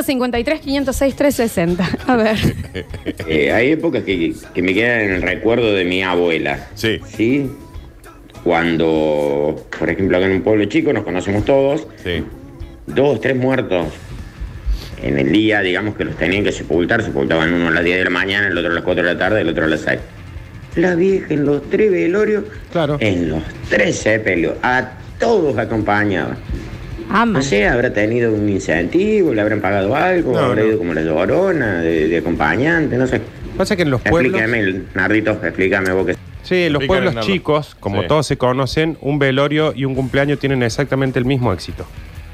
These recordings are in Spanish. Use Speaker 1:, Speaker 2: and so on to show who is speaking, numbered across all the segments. Speaker 1: 153, 506, 360. A ver.
Speaker 2: Eh, hay épocas que, que me quedan en el recuerdo de mi abuela.
Speaker 3: Sí.
Speaker 2: ¿Sí? Cuando, por ejemplo, acá en un pueblo chico nos conocemos todos,
Speaker 3: Sí.
Speaker 2: dos, tres muertos en el día, digamos que los tenían que sepultar, sepultaban uno a las 10 de la mañana, el otro a las 4 de la tarde, el otro a las 6. La vieja en los tres velorios,
Speaker 4: Claro.
Speaker 2: en los tres sepelios, a todos acompañaba.
Speaker 1: Ama.
Speaker 2: No sé, habrá tenido un incentivo, le habrán pagado algo,
Speaker 4: No,
Speaker 2: habrá
Speaker 4: no.
Speaker 2: ido como la llorona de, de acompañante, no sé.
Speaker 4: Pasa que en los pueblos.
Speaker 2: Explícame, Nardito, explícame vos que...
Speaker 4: Sí, en los
Speaker 3: Explícale,
Speaker 4: pueblos
Speaker 3: Nardo.
Speaker 4: chicos, como
Speaker 3: Sí.
Speaker 4: todos se conocen, un velorio y un cumpleaños tienen exactamente el mismo éxito.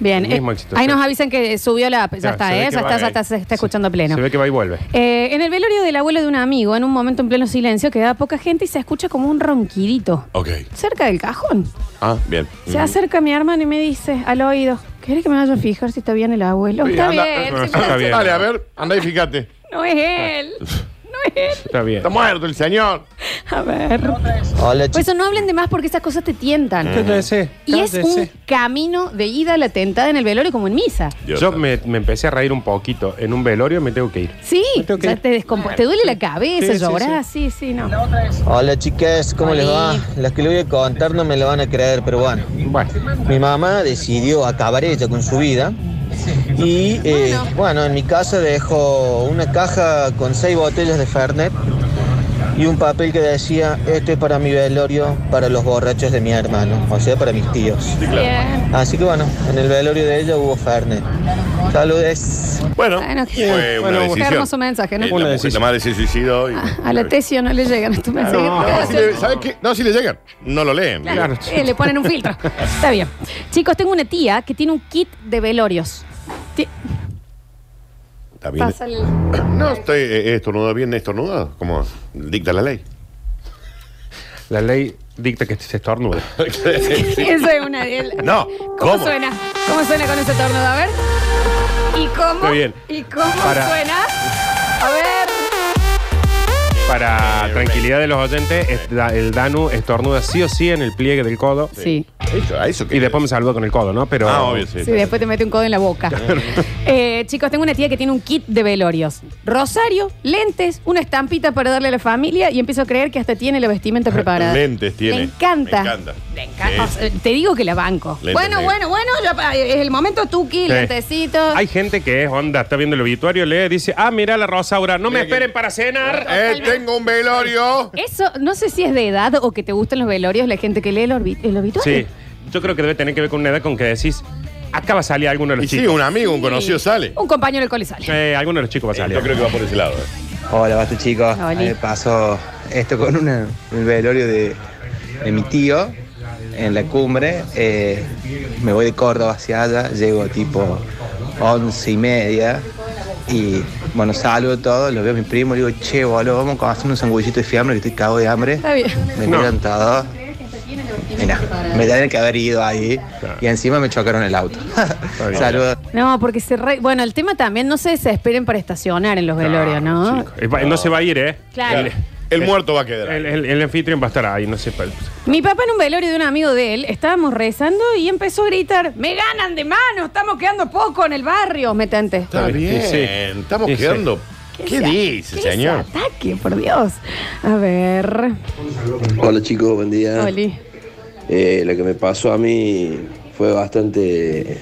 Speaker 1: Bien.
Speaker 4: El mismo
Speaker 1: eh,
Speaker 4: éxito,
Speaker 1: ahí
Speaker 4: sí.
Speaker 1: nos avisan que subió la. Ya
Speaker 4: Claro,
Speaker 1: está,
Speaker 4: se ve
Speaker 1: ¿eh?
Speaker 4: que
Speaker 1: Ya
Speaker 3: va
Speaker 1: está, ya
Speaker 3: ahí.
Speaker 1: está, se está escuchando pleno.
Speaker 4: Se ve que va y vuelve.
Speaker 1: Eh, en el velorio del abuelo de un amigo, en un momento en pleno silencio, queda poca gente y se escucha como un ronquidito.
Speaker 3: Ok.
Speaker 1: Cerca del cajón.
Speaker 3: Ah, bien.
Speaker 1: Se acerca mi hermano y me dice al oído: ¿Querés que me vaya a fijar si está bien el abuelo?
Speaker 3: Sí,
Speaker 1: está
Speaker 3: anda-
Speaker 1: bien, sí,
Speaker 4: está bien.
Speaker 3: Dale, a ver, anda y fíjate.
Speaker 1: No es él. No es él.
Speaker 4: Está bien.
Speaker 3: Está muerto el señor.
Speaker 1: A ver. Por
Speaker 5: Hola, chicos.
Speaker 1: eso no hablen de más porque esas cosas te tientan.
Speaker 4: Cállese,
Speaker 1: Y es un
Speaker 4: cállese.
Speaker 1: camino de ida a la tentada en el velorio como en misa.
Speaker 3: Dios
Speaker 4: Yo
Speaker 3: santo.
Speaker 4: me, me empecé a reír un poquito. En un velorio me tengo que ir.
Speaker 1: Sí,
Speaker 4: Me tengo que
Speaker 1: ya
Speaker 4: ir.
Speaker 1: te descompo- Te duele la cabeza,
Speaker 4: Sí, sí,
Speaker 1: llorás, sí, sí, no.
Speaker 5: Hola, chicas. ¿Cómo les va? Las que le voy a contar no me lo van a creer, pero bueno.
Speaker 4: Bueno,
Speaker 5: Mi mamá decidió acabar ella con su vida. Y eh, bueno, en mi casa dejó una caja con seis botellas de Fernet y un papel que decía, esto es para mi velorio, para los borrachos de mi hermano, o sea, para mis tíos.
Speaker 1: Bien.
Speaker 5: Así que bueno, en el velorio de ella hubo Fernet. Saludes.
Speaker 3: Bueno,
Speaker 1: Bueno, qué-
Speaker 3: fue
Speaker 4: bueno,
Speaker 3: una
Speaker 4: qué
Speaker 3: decisión.
Speaker 1: hermoso mensaje, ¿no?
Speaker 3: Eh,
Speaker 4: Una
Speaker 3: la, mujer,
Speaker 4: decisión.
Speaker 3: la madre se suicidó. Y...
Speaker 1: A la tesio no le llegan estos mensajes.
Speaker 3: No, si le, ¿sabes qué? No, si le llegan. No lo leen.
Speaker 1: Claro,
Speaker 4: Claro.
Speaker 1: eh, le ponen un filtro. Está bien. Chicos, tengo una tía que tiene un kit de velorios. Ti-
Speaker 3: Está bien.
Speaker 1: Pásale el-
Speaker 3: No, estoy eh, estornudado bien estornudado, como dicta la ley.
Speaker 4: la ley dicta que se estornude.
Speaker 1: Eso es una. el-
Speaker 3: No,
Speaker 1: ¿Cómo,
Speaker 3: ¿cómo?
Speaker 1: suena? ¿Cómo suena con ese tornado? A ver. ¿Y cómo?
Speaker 4: Muy bien.
Speaker 1: ¿Y cómo
Speaker 4: Para.
Speaker 1: suena? A ver.
Speaker 4: Para tranquilidad de los oyentes, es- da- el Danu estornuda sí o sí en el pliegue del codo.
Speaker 1: Sí.
Speaker 3: Eso, a eso que.
Speaker 4: Y después me saluda con el codo, ¿no? Pero
Speaker 3: Ah, obvio, sí.
Speaker 1: Sí, después te mete un codo en la boca. Eh, chicos, tengo una tía que tiene un kit de velorios. Rosario, lentes, una estampita para darle a la familia y empiezo a creer que hasta tiene la vestimenta preparada.
Speaker 3: Lentes tiene.
Speaker 1: Me encanta.
Speaker 3: Me encanta.
Speaker 1: Me encanta. O sea, te digo que la banco.
Speaker 3: Lentes
Speaker 1: bueno, bueno,
Speaker 3: negros.
Speaker 1: bueno, ya- eh, es el momento tuqui,
Speaker 4: Sí.
Speaker 1: lentecitos.
Speaker 4: Hay gente que es onda, está viendo el obituario, lee, dice, ah, mira la Rosaura, no me
Speaker 3: Mira que-
Speaker 4: esperen para cenar.
Speaker 3: Eh, tengo un velorio.
Speaker 1: Eso, no sé si es de edad o que te gustan los velorios, la gente que lee el, orbi- el obituario.
Speaker 4: Sí, yo creo que debe tener que ver con una edad con que decís, acá va a salir alguno de los
Speaker 3: Y sí,
Speaker 4: chicos.
Speaker 3: un amigo, un conocido sale.
Speaker 1: Un compañero del cole sale.
Speaker 4: Eh, alguno de los chicos va a
Speaker 3: Eh,
Speaker 4: salir.
Speaker 3: Yo creo que va por ese lado. eh.
Speaker 6: Hola, basta chicos.
Speaker 1: Hola.
Speaker 6: A mí me pasó esto con una, el velorio de, de mi tío en la cumbre. Eh, me voy de Córdoba hacia allá, llego tipo once y media. Y bueno, saludo todo, lo veo a mi primo, le digo, che, boludo, vamos a hacer unos sanguillitos de fiambre que estoy cago de hambre.
Speaker 1: Está bien.
Speaker 6: Me
Speaker 4: No.
Speaker 6: miran todos. Mira, me tienen que haber ido ahí. Y encima me chocaron el auto.
Speaker 4: bien.
Speaker 6: Saludos.
Speaker 1: No, porque se re- Bueno, el tema también, no se desesperen para estacionar en los velorios, ¿no?
Speaker 4: chicos. Eh, va- No se va a ir, ¿eh?
Speaker 1: Claro.
Speaker 3: El muerto va a quedar.
Speaker 4: El, el- el anfitrión va a estar ahí, no sé. pues, pa-
Speaker 1: Mi papá en un velorio de un amigo de él, estábamos rezando y empezó a gritar, me ganan de mano, estamos quedando poco en el barrio, metente.
Speaker 3: Está bien.
Speaker 4: Y sí.
Speaker 3: Estamos
Speaker 4: Y sí.
Speaker 3: quedando. ¿Qué dice, señor?
Speaker 1: Ataque, por Dios. A ver.
Speaker 7: Hola chicos, buen día.
Speaker 1: Oli.
Speaker 7: Eh, lo que me pasó a mí fue bastante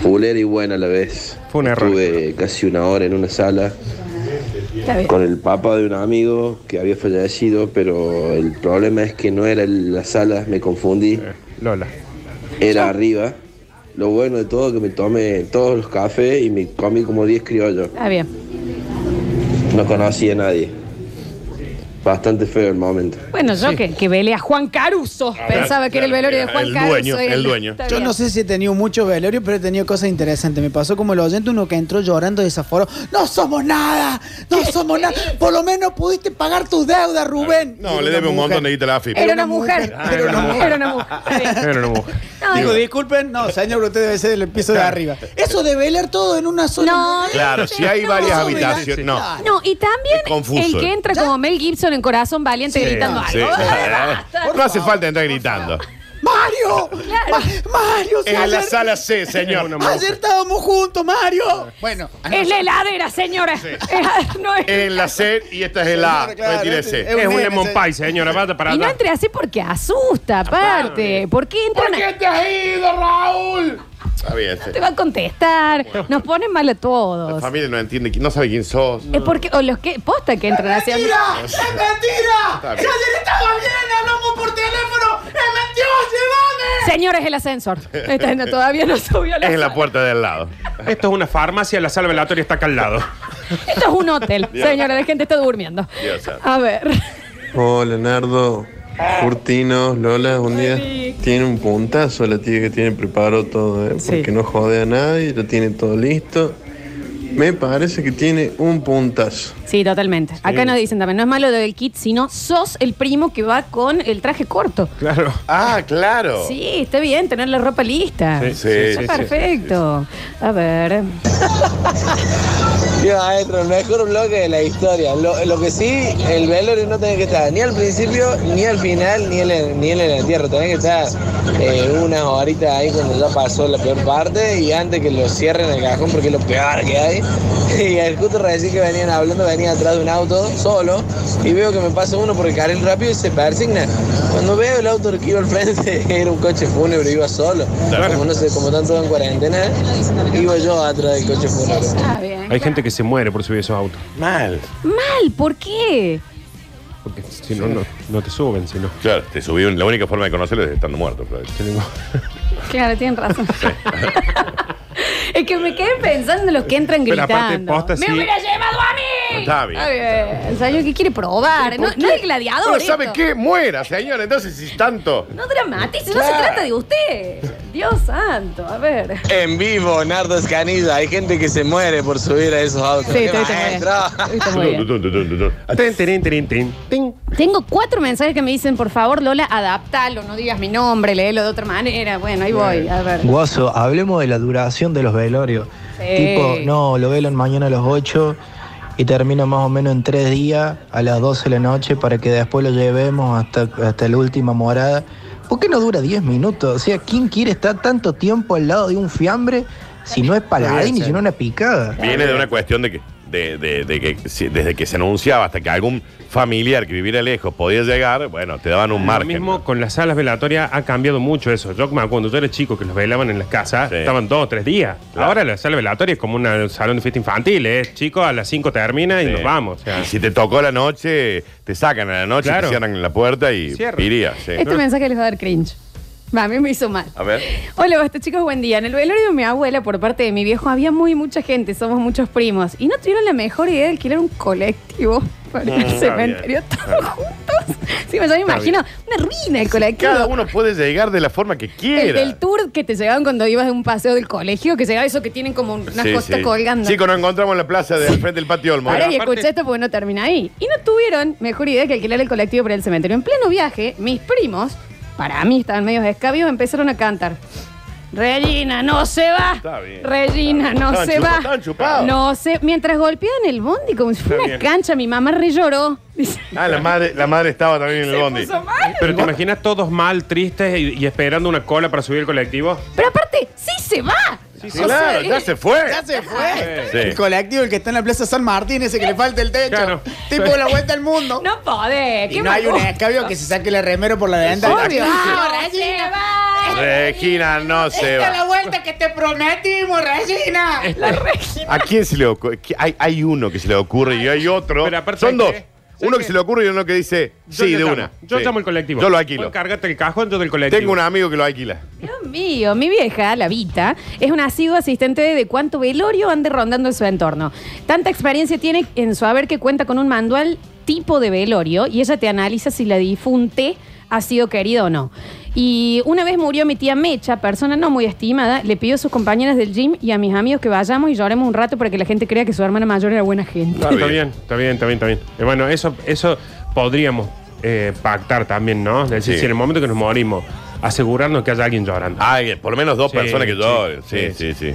Speaker 7: fulera y buena a la vez.
Speaker 4: Fue un error.
Speaker 7: Estuve casi una hora en una sala
Speaker 1: Está bien.
Speaker 7: con el papá de un amigo que había fallecido, pero el problema es que no era el- la sala, me confundí,
Speaker 4: Eh, Lola.
Speaker 7: era arriba. Lo bueno de todo que me tomé todos los cafés y me comí como 10 criollos.
Speaker 1: Está bien.
Speaker 7: No conocía a nadie. Bastante feo el momento.
Speaker 1: Bueno, yo que, que vele a Juan Caruso. Pensaba que era el velorio de Juan
Speaker 3: Ah, El
Speaker 1: Caruso.
Speaker 3: dueño, el dueño.
Speaker 1: Está
Speaker 8: Yo
Speaker 1: bien.
Speaker 8: no sé si he tenido mucho velorio, pero he tenido cosas interesantes. Me pasó como el oyente, uno que entró llorando de desaforo. ¡No somos nada! ¡No somos nada! Por lo menos pudiste pagar tus deudas, Rubén.
Speaker 3: No, le debe un montón de guita a la AFIP.
Speaker 1: Era una mujer.
Speaker 8: Ah, era una mujer.
Speaker 1: Era una mujer.
Speaker 4: Era una mujer.
Speaker 1: No,
Speaker 8: Digo, disculpen, no, señor, usted debe ser del piso de arriba. Eso de velar todo en una sola.
Speaker 1: No,
Speaker 3: Claro, si hay
Speaker 8: No,
Speaker 3: varias
Speaker 8: no,
Speaker 3: habitaciones.
Speaker 8: no.
Speaker 3: No.
Speaker 1: No, y también
Speaker 3: Es confuso.
Speaker 1: el que entra como Mel Gibson en Corazón Valiente gritando
Speaker 3: Sí.
Speaker 1: algo.
Speaker 3: No hace falta entrar gritando.
Speaker 8: ¡Más Mario.
Speaker 1: Claro.
Speaker 8: Ma- Mario, si
Speaker 3: En la
Speaker 8: ayer,
Speaker 3: sala C, señor.
Speaker 4: Una
Speaker 8: ayer estábamos juntos, Mario. Bueno,
Speaker 1: Es la heladera, señora. Es- no es-
Speaker 3: En la C y esta es el A.
Speaker 8: Señor, claro,
Speaker 3: Retírese.
Speaker 8: este-
Speaker 4: Es un
Speaker 8: nene,
Speaker 4: lemon
Speaker 8: se-
Speaker 4: pie, señora. Basta para
Speaker 1: Y no
Speaker 4: atrás.
Speaker 1: entre así porque asusta, aparte. ¿Por qué entran? a-
Speaker 3: te has ido, Raúl? Está bien. sí.
Speaker 1: Te va a contestar. Nos ponen mal a
Speaker 3: La
Speaker 1: todos.
Speaker 3: familia no entiende, qui- no sabe quién sos.
Speaker 1: Es porque, o los que, posta que entran así.
Speaker 8: ¡Mentira! ¡Es mentira!
Speaker 3: bien.
Speaker 8: ¡Si ayer estaba bien! ¡Hablamos por teléfono! ¡Es mentira!
Speaker 1: Señora, es el ascensor. Está- no, todavía no subió la
Speaker 3: Es en la
Speaker 1: sala.
Speaker 3: puerta del lado.
Speaker 4: Esto es una farmacia, la sala velatoria está acá al lado.
Speaker 1: Esto es un hotel, señora. La gente está durmiendo.
Speaker 3: Dios santo.
Speaker 1: A ver.
Speaker 9: Hola, Nardo. Curtinos, Lola, un día tiene un puntazo la tía que tiene preparado todo, ¿eh?
Speaker 1: Sí.
Speaker 9: porque no jode a nadie, lo tiene todo listo. Me parece que tiene un puntazo.
Speaker 1: Sí, totalmente. Acá nos dicen también, no es malo lo del kit, sino sos el primo que va con el traje corto.
Speaker 4: Claro.
Speaker 3: Ah, claro.
Speaker 1: Sí, está bien tener la ropa lista.
Speaker 4: Sí,
Speaker 3: sí,
Speaker 1: Está
Speaker 3: sí, sí,
Speaker 1: perfecto. A ver.
Speaker 5: Yo, maestro, el mejor bloque de la historia. Lo, lo que sí, el velorio no tiene que estar ni al principio, ni al final, ni en el, ni en el entierro. Tiene que estar eh, unas horitas ahí cuando ya pasó la peor parte y antes que lo cierren el cajón, porque es lo peor que hay. Y el justo recién que venían hablando, venía atrás de un auto solo y veo que me pasa uno por el carril rápido y se persigna. Cuando veo el auto que iba al frente, era un coche fúnebre, iba solo. Como no sé, como tanto en cuarentena, iba yo atrás del coche fúnebre.
Speaker 1: Está bien.
Speaker 4: Hay gente que se muere por subir esos autos.
Speaker 3: Mal.
Speaker 1: Mal, ¿por qué?
Speaker 4: Porque si no, no, no te suben, si no.
Speaker 3: Claro, te subí. un- La única forma de conocerlo es estando muerto, Florencia.
Speaker 1: Claro, tienen razón. es que me quedé pensando en los que entran
Speaker 4: Pero
Speaker 1: gritando.
Speaker 4: aparte, posta,
Speaker 1: ¡Me
Speaker 4: sí.
Speaker 1: hubiera llevado a mí!
Speaker 3: Está bien.
Speaker 1: El señor que quiere probar. No, no es gladiador.
Speaker 3: Bueno, ¿sabe
Speaker 1: esto.
Speaker 3: qué? Muera, señor. Entonces, si tanto.
Speaker 1: No dramatice, no
Speaker 3: Claro.
Speaker 1: se trata de usted. Dios santo, a ver.
Speaker 5: En vivo, Nardo Escanilla. Hay gente que se muere por subir a esos autos.
Speaker 1: Sí,
Speaker 5: ¡Qué
Speaker 1: está- está bien.
Speaker 5: maestro!
Speaker 1: Está muy bien.
Speaker 4: Ten, ten, ten, ten, ten.
Speaker 1: Tengo cuatro mensajes que me dicen, por favor, Lola, adaptalo, no digas mi nombre, léelo de otra manera. Bueno, ahí voy, a ver.
Speaker 10: Guaso, hablemos de la duración de los velorios.
Speaker 1: Sí.
Speaker 10: Tipo, no, lo velan mañana a las 8 y termina más o menos en 3 días a las 12 de la noche para que después lo llevemos hasta, hasta la última morada. ¿Por qué no dura 10 minutos? O sea, ¿quién quiere estar tanto tiempo al lado de un fiambre si no es paladín y si no una picada?
Speaker 3: Viene de una cuestión de que, de, de- de que si- desde que se anunciaba hasta que algún familiar que viviera lejos podía llegar, bueno, te daban un
Speaker 4: Lo
Speaker 3: margen.
Speaker 4: mismo con las salas velatorias ha cambiado mucho eso. Yo me acuerdo, cuando yo era chico que los velaban en las casas,
Speaker 3: Sí.
Speaker 4: estaban dos o tres días.
Speaker 3: Claro.
Speaker 4: Ahora la sala velatoria es como una- un salón de fiesta infantil, ¿eh? Chicos, a las cinco termina y
Speaker 3: Sí.
Speaker 4: nos vamos. o sea.
Speaker 3: Y si te tocó la noche, te sacan a la noche,
Speaker 4: Claro.
Speaker 3: te cierran la puerta y
Speaker 4: Cierran.
Speaker 3: irías. sí.
Speaker 1: Este mensaje les va a dar cringe. Va, A mí me hizo mal.
Speaker 3: A ver.
Speaker 1: Hola, basta chicos, buen día. En el velorio de mi abuela, por parte de mi viejo, había muy mucha gente, somos muchos primos. Y no tuvieron la mejor idea de alquilar un colectivo para ir al
Speaker 3: Ah, está
Speaker 1: cementerio todos juntos. Sí, yo me imagino una ruina el colectivo.
Speaker 3: Cada uno puede llegar de la forma que
Speaker 1: el
Speaker 3: quiera.
Speaker 1: del tour que te llegaban cuando ibas de un paseo del colegio, que llegaba eso que tienen como unas
Speaker 3: Sí,
Speaker 1: costas
Speaker 3: sí.
Speaker 1: colgando.
Speaker 3: Chicos, nos encontramos en la plaza de al frente del patio Olmo.
Speaker 1: Ahora
Speaker 3: Bueno,
Speaker 1: y escuché esto porque no termina ahí. Y no tuvieron mejor idea que alquilar el colectivo para el cementerio. En pleno viaje, mis primos, para mí estaban medios escabios, empezaron a cantar. Regina, no se va.
Speaker 3: Está bien.
Speaker 1: Regina,
Speaker 3: Está
Speaker 1: no
Speaker 3: bien. Estaban
Speaker 1: se
Speaker 3: chupa-
Speaker 1: va.
Speaker 3: estaban chupados.
Speaker 1: No se. Mientras golpeaban el bondi como si fuera una
Speaker 3: bien.
Speaker 1: cancha, mi mamá re lloró. Dice,
Speaker 3: Ah, la madre, la madre estaba también en el
Speaker 1: "Se
Speaker 3: bondi.
Speaker 1: puso mal".
Speaker 4: Pero te imaginas todos mal, tristes y, y esperando una cola para subir el colectivo.
Speaker 1: Pero aparte, sí se va.
Speaker 3: Sí, claro, ya se fue.
Speaker 8: Ya se fue.
Speaker 3: Sí.
Speaker 8: El colectivo, el que está en la Plaza San Martín, ese que le falta el techo.
Speaker 4: Claro.
Speaker 8: Tipo la vuelta al mundo.
Speaker 1: No podés.
Speaker 8: y no hay un escabio que se saque el remero por la ventana.
Speaker 1: Obvio.
Speaker 8: Ah,
Speaker 1: No se va.
Speaker 3: Regina no se
Speaker 8: Esta es la
Speaker 3: va.
Speaker 8: vuelta que te prometimos, Regina.
Speaker 1: La Regina.
Speaker 3: ¿A quién se le ocurre? Que Hay, hay uno que se le ocurre y hay otro.
Speaker 4: Pero aparte,
Speaker 3: Son dos.
Speaker 4: ¿sabes qué? ¿Sabes
Speaker 3: Uno que
Speaker 4: qué?
Speaker 3: se le ocurre y uno que dice
Speaker 4: Yo
Speaker 3: sí
Speaker 4: te
Speaker 3: de
Speaker 4: llamo.
Speaker 3: una.
Speaker 4: Yo
Speaker 3: Sí.
Speaker 4: llamo el colectivo.
Speaker 3: Yo lo alquilo.
Speaker 4: Vos Cárgate el cajón, yo del colectivo.
Speaker 3: Tengo un amigo que lo alquila.
Speaker 1: Dios mío, mi vieja, la Vita, es una asidua asistente de cuánto velorio ande rondando en su entorno. Tanta experiencia tiene en su haber que cuenta con un manual tipo de velorio y ella te analiza si la difunte ha sido querida o no. Y una vez murió mi tía Mecha, persona no muy estimada, le pidió a sus compañeras del gym y a mis amigos que vayamos y lloremos un rato para que la gente crea que su hermana mayor era buena gente.
Speaker 4: Está bien, está bien, está bien, está bien. Eh, bueno, eso, eso podríamos eh, pactar también, ¿no? Es decir,
Speaker 3: Sí.
Speaker 4: si en el momento que nos morimos asegurarnos que haya alguien llorando.
Speaker 3: Alguien, por lo menos dos
Speaker 4: Sí,
Speaker 3: personas que
Speaker 4: sí,
Speaker 3: lloren. Sí, sí, sí.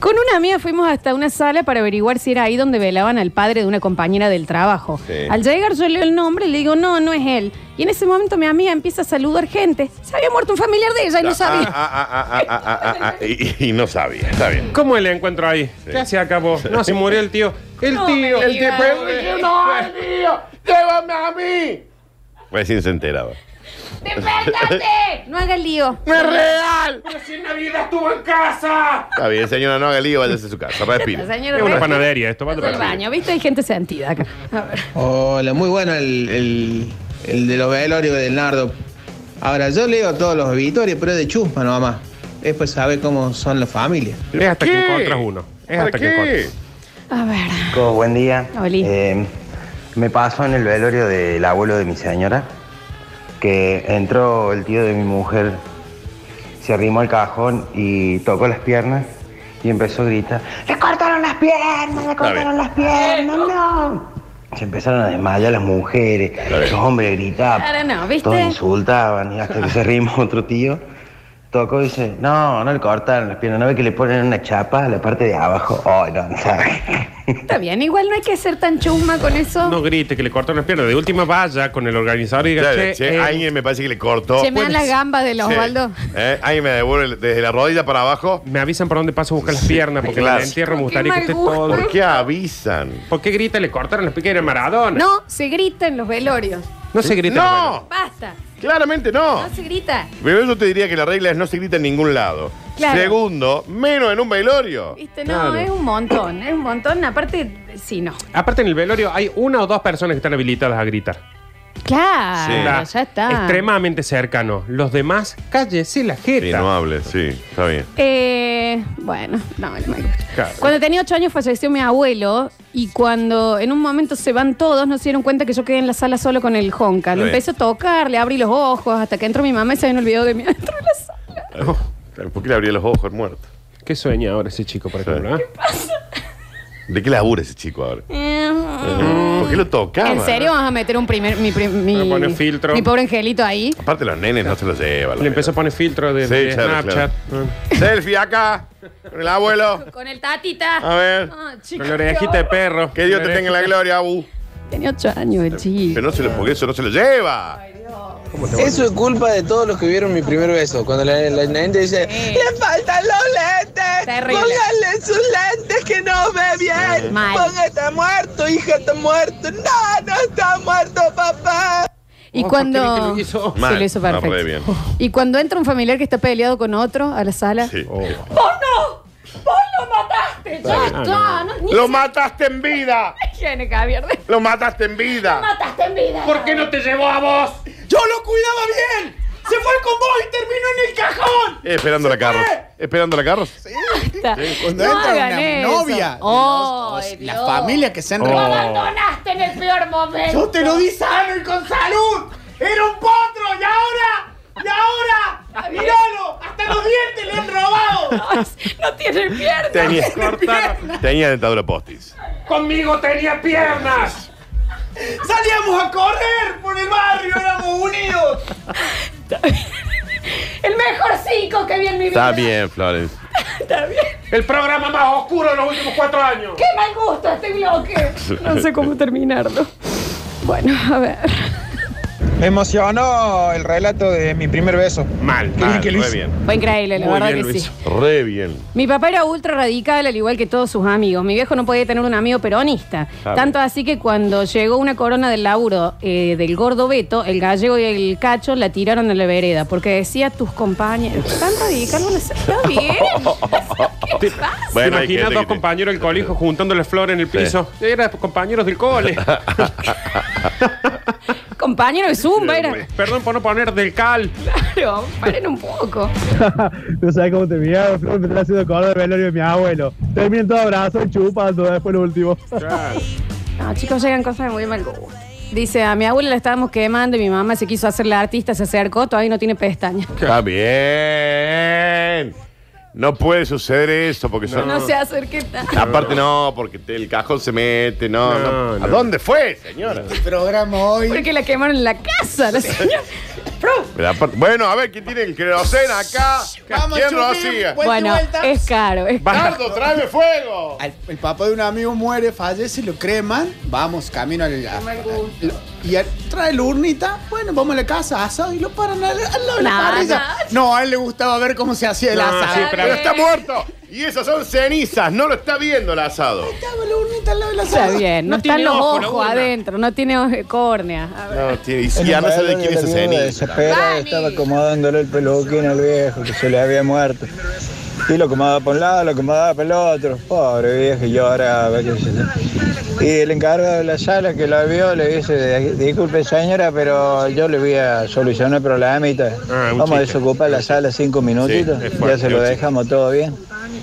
Speaker 1: Con una amiga fuimos hasta una sala para averiguar si era ahí donde velaban al padre de una compañera del trabajo.
Speaker 3: Sí.
Speaker 1: Al llegar yo leo el nombre y le digo, no, no es él. Y en ese momento mi amiga empieza a saludar gente. Se había muerto un familiar de ella y no
Speaker 3: Ah,
Speaker 1: sabía.
Speaker 3: ah, ah, ah, ah, ah, ah, ah, y, y no sabía, está bien.
Speaker 4: ¿Cómo el encuentro ahí? ¿Qué hacía acá vos? No, se murió el tío. El
Speaker 1: No
Speaker 4: tío,
Speaker 1: me
Speaker 4: el tío.
Speaker 1: digas.
Speaker 4: pero- eh,
Speaker 3: Recién se enteraba.
Speaker 1: ¡Despertate! No hagas lío.
Speaker 4: ¡Pero si Navidad estuvo en casa!
Speaker 3: Está bien, señora, no haga lío, váyase a su casa, respire.
Speaker 1: Señor,
Speaker 4: Es una
Speaker 1: ¿ves?
Speaker 4: panadería esto, va a
Speaker 1: Es el baño, ¿viste? Hay gente sentida acá. A ver.
Speaker 6: Hola, muy bueno el, el, el de los velorios del Nardo. Ahora, yo leo todos los obituarios, pero de chusma nomás. Es para saber cómo son las familias.
Speaker 4: Es hasta
Speaker 3: ¿Qué?
Speaker 4: que encuentras uno. Es
Speaker 3: ¿Para
Speaker 4: hasta que
Speaker 3: qué?
Speaker 4: encuentras.
Speaker 1: A ver.
Speaker 5: Chicos, buen día.
Speaker 1: Oli.
Speaker 5: Eh, me pasó en el velorio del abuelo de mi señora que entró el tío de mi mujer, se arrimó al cajón y tocó las piernas y empezó a gritar: ¡Le cortaron las piernas! ¡Le cortaron
Speaker 3: bien.
Speaker 5: las piernas! ¡No! Se empezaron a desmayar las mujeres,
Speaker 3: bien.
Speaker 5: los hombres gritaban,
Speaker 1: Ahora no, ¿viste?
Speaker 5: todos insultaban y hasta que se arrimó otro tío. Tocó y dice, no, no le cortaron las piernas, no ve que le ponen una chapa a la parte de abajo. Ay, no, no sabe.
Speaker 1: Está bien, igual no hay que ser tan chusma con eso.
Speaker 4: No grite que le cortaron las piernas. De última vaya con el organizador y diga,
Speaker 3: Claro,
Speaker 4: che,
Speaker 3: che,
Speaker 4: eh,
Speaker 3: alguien me parece que le cortó.
Speaker 1: Se me dan las gambas de los
Speaker 3: pues, Sí.
Speaker 1: Osvaldo.
Speaker 3: Eh, Alguien me devuelve desde la rodilla para abajo.
Speaker 4: me avisan por dónde paso a buscar las
Speaker 3: Sí,
Speaker 4: piernas porque
Speaker 3: claro.
Speaker 4: en el entierro me
Speaker 1: Qué
Speaker 4: gustaría que
Speaker 1: mal
Speaker 4: esté
Speaker 1: gusto.
Speaker 4: todo.
Speaker 3: ¿Por qué avisan?
Speaker 4: ¿Por qué grita le cortaron las piernas a Maradona?
Speaker 1: No, se grita en los velorios.
Speaker 4: No se grita.
Speaker 3: ¡No!
Speaker 1: Basta,
Speaker 3: Claramente no.
Speaker 1: no se grita.
Speaker 3: Primero yo te diría que la regla es no se grita en ningún lado.
Speaker 1: Claro.
Speaker 3: Segundo, menos en un velorio.
Speaker 1: Viste, no, es un montón, es un montón. Aparte, sí, no.
Speaker 4: Aparte en el velorio hay una o dos personas que están habilitadas a gritar.
Speaker 1: Claro,
Speaker 4: Está
Speaker 1: ya está.
Speaker 4: Extremadamente cercano. Los demás, cállese la
Speaker 3: Sí, no
Speaker 4: jeta.
Speaker 3: hables, sí, está bien.
Speaker 1: Eh, bueno, no, no me gusta.
Speaker 4: Claro.
Speaker 1: Cuando tenía ocho años falleció mi abuelo y cuando en un momento se van todos, no se dieron cuenta que yo quedé en la sala solo con el honka. Lo
Speaker 3: Está bien.
Speaker 1: empecé a tocar, le abrí los ojos hasta que entró mi mamá y se habían olvidado de mí dentro de la sala.
Speaker 3: Claro, Oh. ¿Por qué le abría los ojos al muerto?
Speaker 4: ¿Qué sueña ahora ese chico, por
Speaker 3: Sí.
Speaker 4: ejemplo? ¿eh?
Speaker 3: ¿De qué labura ese chico ahora?
Speaker 1: Eh,
Speaker 3: ¿Por qué lo tocaba?
Speaker 1: ¿En serio vas a meter un primer, mi, prim- mi-
Speaker 4: Me pone filtro.
Speaker 1: mi pobre angelito ahí?
Speaker 3: Aparte los nenes no se los lleva.
Speaker 4: Le empezó a poner filtro de,
Speaker 3: Sí,
Speaker 4: de
Speaker 3: claro,
Speaker 4: Snapchat. Mm.
Speaker 3: claro. Selfie acá, con el abuelo.
Speaker 1: Con el tatita.
Speaker 3: A ver.
Speaker 1: Ah, chico,
Speaker 4: Con la orejita de perro.
Speaker 3: Que Dios te tenga en la gloria, Abu.
Speaker 1: Tenía ocho años el chico.
Speaker 3: Pero no se lo, porque eso no se lo lleva.
Speaker 6: Eso es culpa de todos los que vieron mi primer beso. Cuando la, la gente dice,
Speaker 1: Sí.
Speaker 6: le faltan los lentes,
Speaker 1: Terrible.
Speaker 6: póngale sus lentes que no ve bien.
Speaker 1: Mal.
Speaker 6: Ponga, está muerto, hija, está muerto. No, no está muerto, papá.
Speaker 1: Y
Speaker 4: Oh, ¿por qué
Speaker 1: cuando.
Speaker 4: lo hizo?
Speaker 1: Sí,
Speaker 3: Mal,
Speaker 1: lo hizo
Speaker 3: no,
Speaker 1: perfecto.
Speaker 3: re bien.
Speaker 1: Y cuando entra un familiar que está peleado con otro a la sala.
Speaker 3: Sí.
Speaker 1: ¡Vos no! ¡Vos lo mataste! ¡Ya
Speaker 4: bien.
Speaker 1: está!
Speaker 3: Ah,
Speaker 1: No, ni
Speaker 3: ¡Lo mataste en vida!
Speaker 1: higiene, Javier.
Speaker 3: ¡Lo mataste en vida!
Speaker 1: ¡Mataste en vida!
Speaker 4: ¿Por qué no te llevó a vos?
Speaker 8: Yo lo cuidaba bien. Se fue con vos y terminó en el cajón.
Speaker 3: Eh, esperando la carros. Esperando la carros.
Speaker 8: Cuando
Speaker 1: No
Speaker 8: entra
Speaker 1: hagan
Speaker 8: una
Speaker 1: eso.
Speaker 8: novia,
Speaker 1: Oh,
Speaker 8: los- los-
Speaker 1: Dios.
Speaker 8: la familia que se han
Speaker 4: Oh.
Speaker 8: reunido.
Speaker 1: abandonaste en el peor momento!
Speaker 8: Yo te lo di sano y con salud. Era un potro y ahora, y ahora, míralo, hasta los dientes le han robado.
Speaker 1: ¡No tiene pierna!
Speaker 3: Tenía, tenía dentadura postis.
Speaker 4: Conmigo tenía piernas.
Speaker 8: Salíamos a correr por el barrio, éramos unidos.
Speaker 1: ¡El mejor cinco que vi en mi
Speaker 3: Está bien, Flores.
Speaker 1: ¡Está bien!
Speaker 4: El programa más oscuro de los últimos cuatro años.
Speaker 1: ¡Qué mal gusto este bloque! No sé cómo terminarlo. Bueno, a ver.
Speaker 5: Me emocionó el relato de mi primer beso.
Speaker 4: Mal,
Speaker 5: bien
Speaker 4: mal.
Speaker 5: que lo
Speaker 3: Re
Speaker 5: hizo.
Speaker 3: bien.
Speaker 1: Fue increíble, la
Speaker 4: Muy
Speaker 1: verdad
Speaker 4: bien,
Speaker 1: que
Speaker 4: Luis.
Speaker 1: sí.
Speaker 3: Re bien.
Speaker 1: Mi papá era ultra radical, al igual que todos sus amigos. Mi viejo no podía tener un amigo peronista.
Speaker 3: Claro.
Speaker 1: Tanto así que cuando llegó una corona del laburo eh, del gordo Beto, el gallego y el cacho la tiraron a la vereda porque decía tus compañeros. Tan radical, bueno, está bien. ¿Qué pasa?
Speaker 4: ¿Te
Speaker 3: Bueno, hay
Speaker 4: imaginas
Speaker 3: gente
Speaker 4: dos
Speaker 3: que te-
Speaker 4: compañeros del colegio juntando las flores en el piso? Eran compañeros del cole.
Speaker 1: Compañero de Zumba era.
Speaker 4: Perdón por no poner del cal.
Speaker 1: Claro, paren un poco.
Speaker 11: no sabes cómo terminaron, Flor me está haciendo color del velorio de mi abuelo. Terminan todo abrazado y chupando después lo último.
Speaker 1: No, chicos, llegan cosas de muy mal gusto. Dice, a mi abuela la estábamos quemando y mi mamá se quiso hacer la artista, se acercó, todavía no tiene pestañas.
Speaker 3: Está bien. No puede suceder eso porque son.
Speaker 1: No se acerque tanto.
Speaker 3: Aparte no, porque te- el cajón se mete, no,
Speaker 4: No,
Speaker 3: no. ¿A
Speaker 4: no.
Speaker 3: dónde fue, señora?
Speaker 8: Programa hoy.
Speaker 1: Porque la quemaron en la casa, la señora. compró.
Speaker 3: Pero aparte- Bueno, a ver, ¿quién tiene el queroseno acá? ¿Quién lo hacía?
Speaker 1: Bueno, es caro. Es caro.
Speaker 3: Bardo, tráeme fuego.
Speaker 8: Al- el papá de un amigo muere, fallece, lo creman. Vamos, camino al. a- a- y a- trae la urnita. Bueno, vamos a la casa, asado y lo paran al, al lado de la
Speaker 1: No,
Speaker 8: parrilla. No, a él le gustaba ver cómo se hacía el
Speaker 3: No,
Speaker 8: asado.
Speaker 3: sí, pero está muerto. Y esas son cenizas. No lo está viendo el asado.
Speaker 8: Estaba la urnita al lado del asado.
Speaker 1: Está bien, no,
Speaker 8: No
Speaker 1: están
Speaker 8: tiene
Speaker 1: los
Speaker 8: ojo, la
Speaker 1: ojos
Speaker 8: urna.
Speaker 1: adentro, no tiene ojo- córnea. Ah, A ver.
Speaker 3: No, tiene, y si Pues, ya no sabe de quién es ese
Speaker 6: Esa pera estaba acomodándole el peluquín al viejo que se le había muerto. Y lo acomodaba por un lado, lo acomodaba por el otro. Pobre viejo, lloraba. qué sé yo. Y el encargado de la sala que la vio le dice, disculpe señora, pero yo le voy a solucionar el problemita.
Speaker 3: Ah, un
Speaker 6: Vamos a
Speaker 3: chiste.
Speaker 6: desocupar la sala cinco minutitos,
Speaker 3: Sí, es
Speaker 6: ya
Speaker 3: fuerte,
Speaker 6: se lo
Speaker 3: un chiste.
Speaker 6: dejamos todo bien.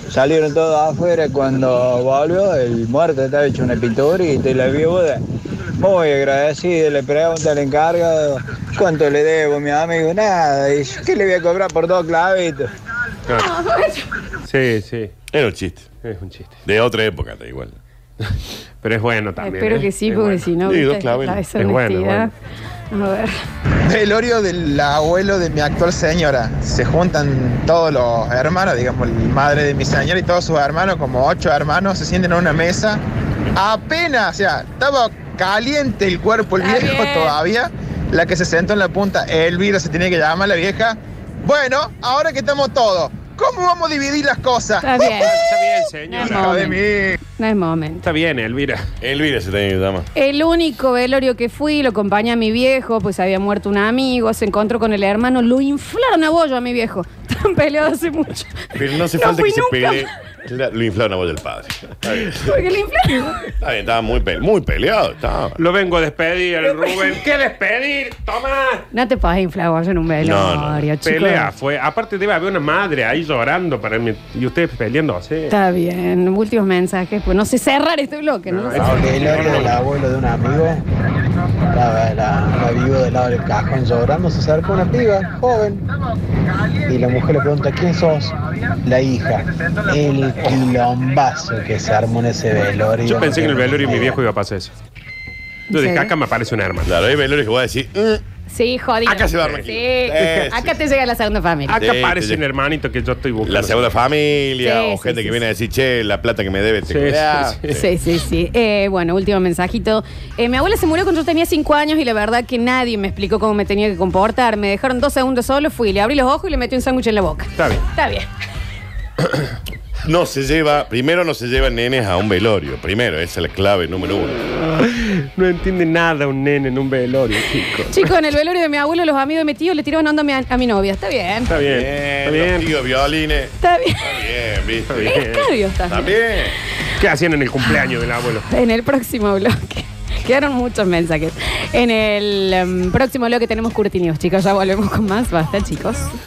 Speaker 6: Salieron todos afuera cuando volvió, el muerto estaba hecho una pintura y te la viuda. Muy agradecido, le pregunta al encargado cuánto le debo, mi amigo, nada, y ¿qué le voy a cobrar por dos clavitos?
Speaker 4: Sí, sí.
Speaker 3: Era un chiste.
Speaker 4: Es un chiste.
Speaker 3: De otra época, está igual.
Speaker 4: Pero es bueno también.
Speaker 1: Espero
Speaker 4: ¿eh?
Speaker 1: que sí,
Speaker 4: Es
Speaker 1: porque
Speaker 4: bueno.
Speaker 1: si no,
Speaker 3: Sí, dos
Speaker 1: viste,
Speaker 3: claveles.
Speaker 1: esa
Speaker 4: Es bueno,
Speaker 1: honestidad. A ver.
Speaker 5: Velorio del abuelo de mi actual señora. Se juntan todos los hermanos, digamos, el madre de mi señora y todos sus hermanos, como ocho hermanos, se sienten en una mesa. Apenas, o sea, estaba caliente el cuerpo, el
Speaker 1: Está
Speaker 5: viejo
Speaker 1: bien.
Speaker 5: todavía. La que se sentó en la punta, Elvira se tiene que llamar la vieja. Bueno, ahora que estamos todos, ¿cómo vamos a dividir las cosas?
Speaker 1: Está bien.
Speaker 4: Está bien,
Speaker 1: No es
Speaker 4: señora.
Speaker 1: momento. No es momento.
Speaker 4: Está bien, Elvira.
Speaker 3: Elvira se tenía que llamar.
Speaker 1: El único velorio que fui, lo acompañé a mi viejo, pues había muerto un amigo, se encontró con el hermano, lo inflaron a bollo a mi viejo. Están peleados hace mucho.
Speaker 3: Pero no hace falta
Speaker 1: fui
Speaker 3: que se
Speaker 1: nunca
Speaker 3: pelee.
Speaker 1: más,
Speaker 3: Claro, Lo inflaron a voz del padre. Está bien.
Speaker 1: Porque le inflaron.
Speaker 3: Está bien, estaba muy, pe- muy peleado. Estaba.
Speaker 4: Lo vengo a despedir, el Rubén. ¿Qué despedir? Toma.
Speaker 1: No te podés inflar bollo en un velorio,
Speaker 3: No, no.
Speaker 1: chicos.
Speaker 4: Pelea fue. Aparte debe haber una madre ahí llorando para mí. Y ustedes peleando así.
Speaker 1: Está bien. Últimos mensajes, pues no sé cerrar este bloque, ¿no?
Speaker 4: No,
Speaker 1: sé.
Speaker 4: es-
Speaker 6: El
Speaker 4: no, no,
Speaker 6: del
Speaker 4: no.
Speaker 6: abuelo de un amigo, la, la, la viuda del lado del cajón llorando, se acerca una piba, joven, y la mujer le pregunta, ¿quién sos? La hija, el quilombazo que se armó en ese velorio.
Speaker 4: Yo pensé que en el velorio mi viejo iba a pasar eso. Yo
Speaker 1: Sí.
Speaker 4: dije, acá me aparece una hermana.
Speaker 3: Claro, hay velores que voy a decir. "Mm,
Speaker 1: Sí, jodido.
Speaker 3: Acá se va
Speaker 1: Sí.
Speaker 3: tranquilo. Eh,
Speaker 1: Acá
Speaker 3: sí,
Speaker 1: te llega la segunda familia.
Speaker 4: Acá
Speaker 3: Sí, sí.
Speaker 4: aparece un hermanito que yo estoy buscando.
Speaker 3: La segunda familia
Speaker 1: Sí,
Speaker 3: o
Speaker 1: sí,
Speaker 3: gente
Speaker 1: sí,
Speaker 3: que viene a decir, che, la plata que me debe, este te
Speaker 4: Sí, sí,
Speaker 3: cuidá".
Speaker 1: Sí,
Speaker 4: sí.
Speaker 1: sí, sí. Eh, bueno, último mensajito. Eh, mi abuela se murió cuando yo tenía cinco años y la verdad que nadie me explicó cómo me tenía que comportar. Me dejaron dos segundos solo, fui, le abrí los ojos y le metí un sándwich en la boca.
Speaker 4: Está bien.
Speaker 1: Está bien.
Speaker 3: No se lleva, primero no se llevan nenes a un velorio. Primero, esa es la clave número uno.
Speaker 4: No entiende nada un nene en un velorio, chico.
Speaker 1: Chicos, en el velorio de mi abuelo, los amigos de mi tío le tiraban onda a mi, a mi novia. Está bien.
Speaker 4: Está bien. Está
Speaker 3: los
Speaker 4: bien.
Speaker 3: tíos violines.
Speaker 1: Está bien.
Speaker 3: Está bien, viste.
Speaker 4: bien.
Speaker 1: Es cabio, está bien.
Speaker 3: Está bien.
Speaker 4: ¿Qué hacían en el cumpleaños del abuelo?
Speaker 1: En el próximo bloque. Quedaron muchos mensajes. En el em, próximo bloque tenemos Curti News, chicos. Ya volvemos con más. Basta, chicos.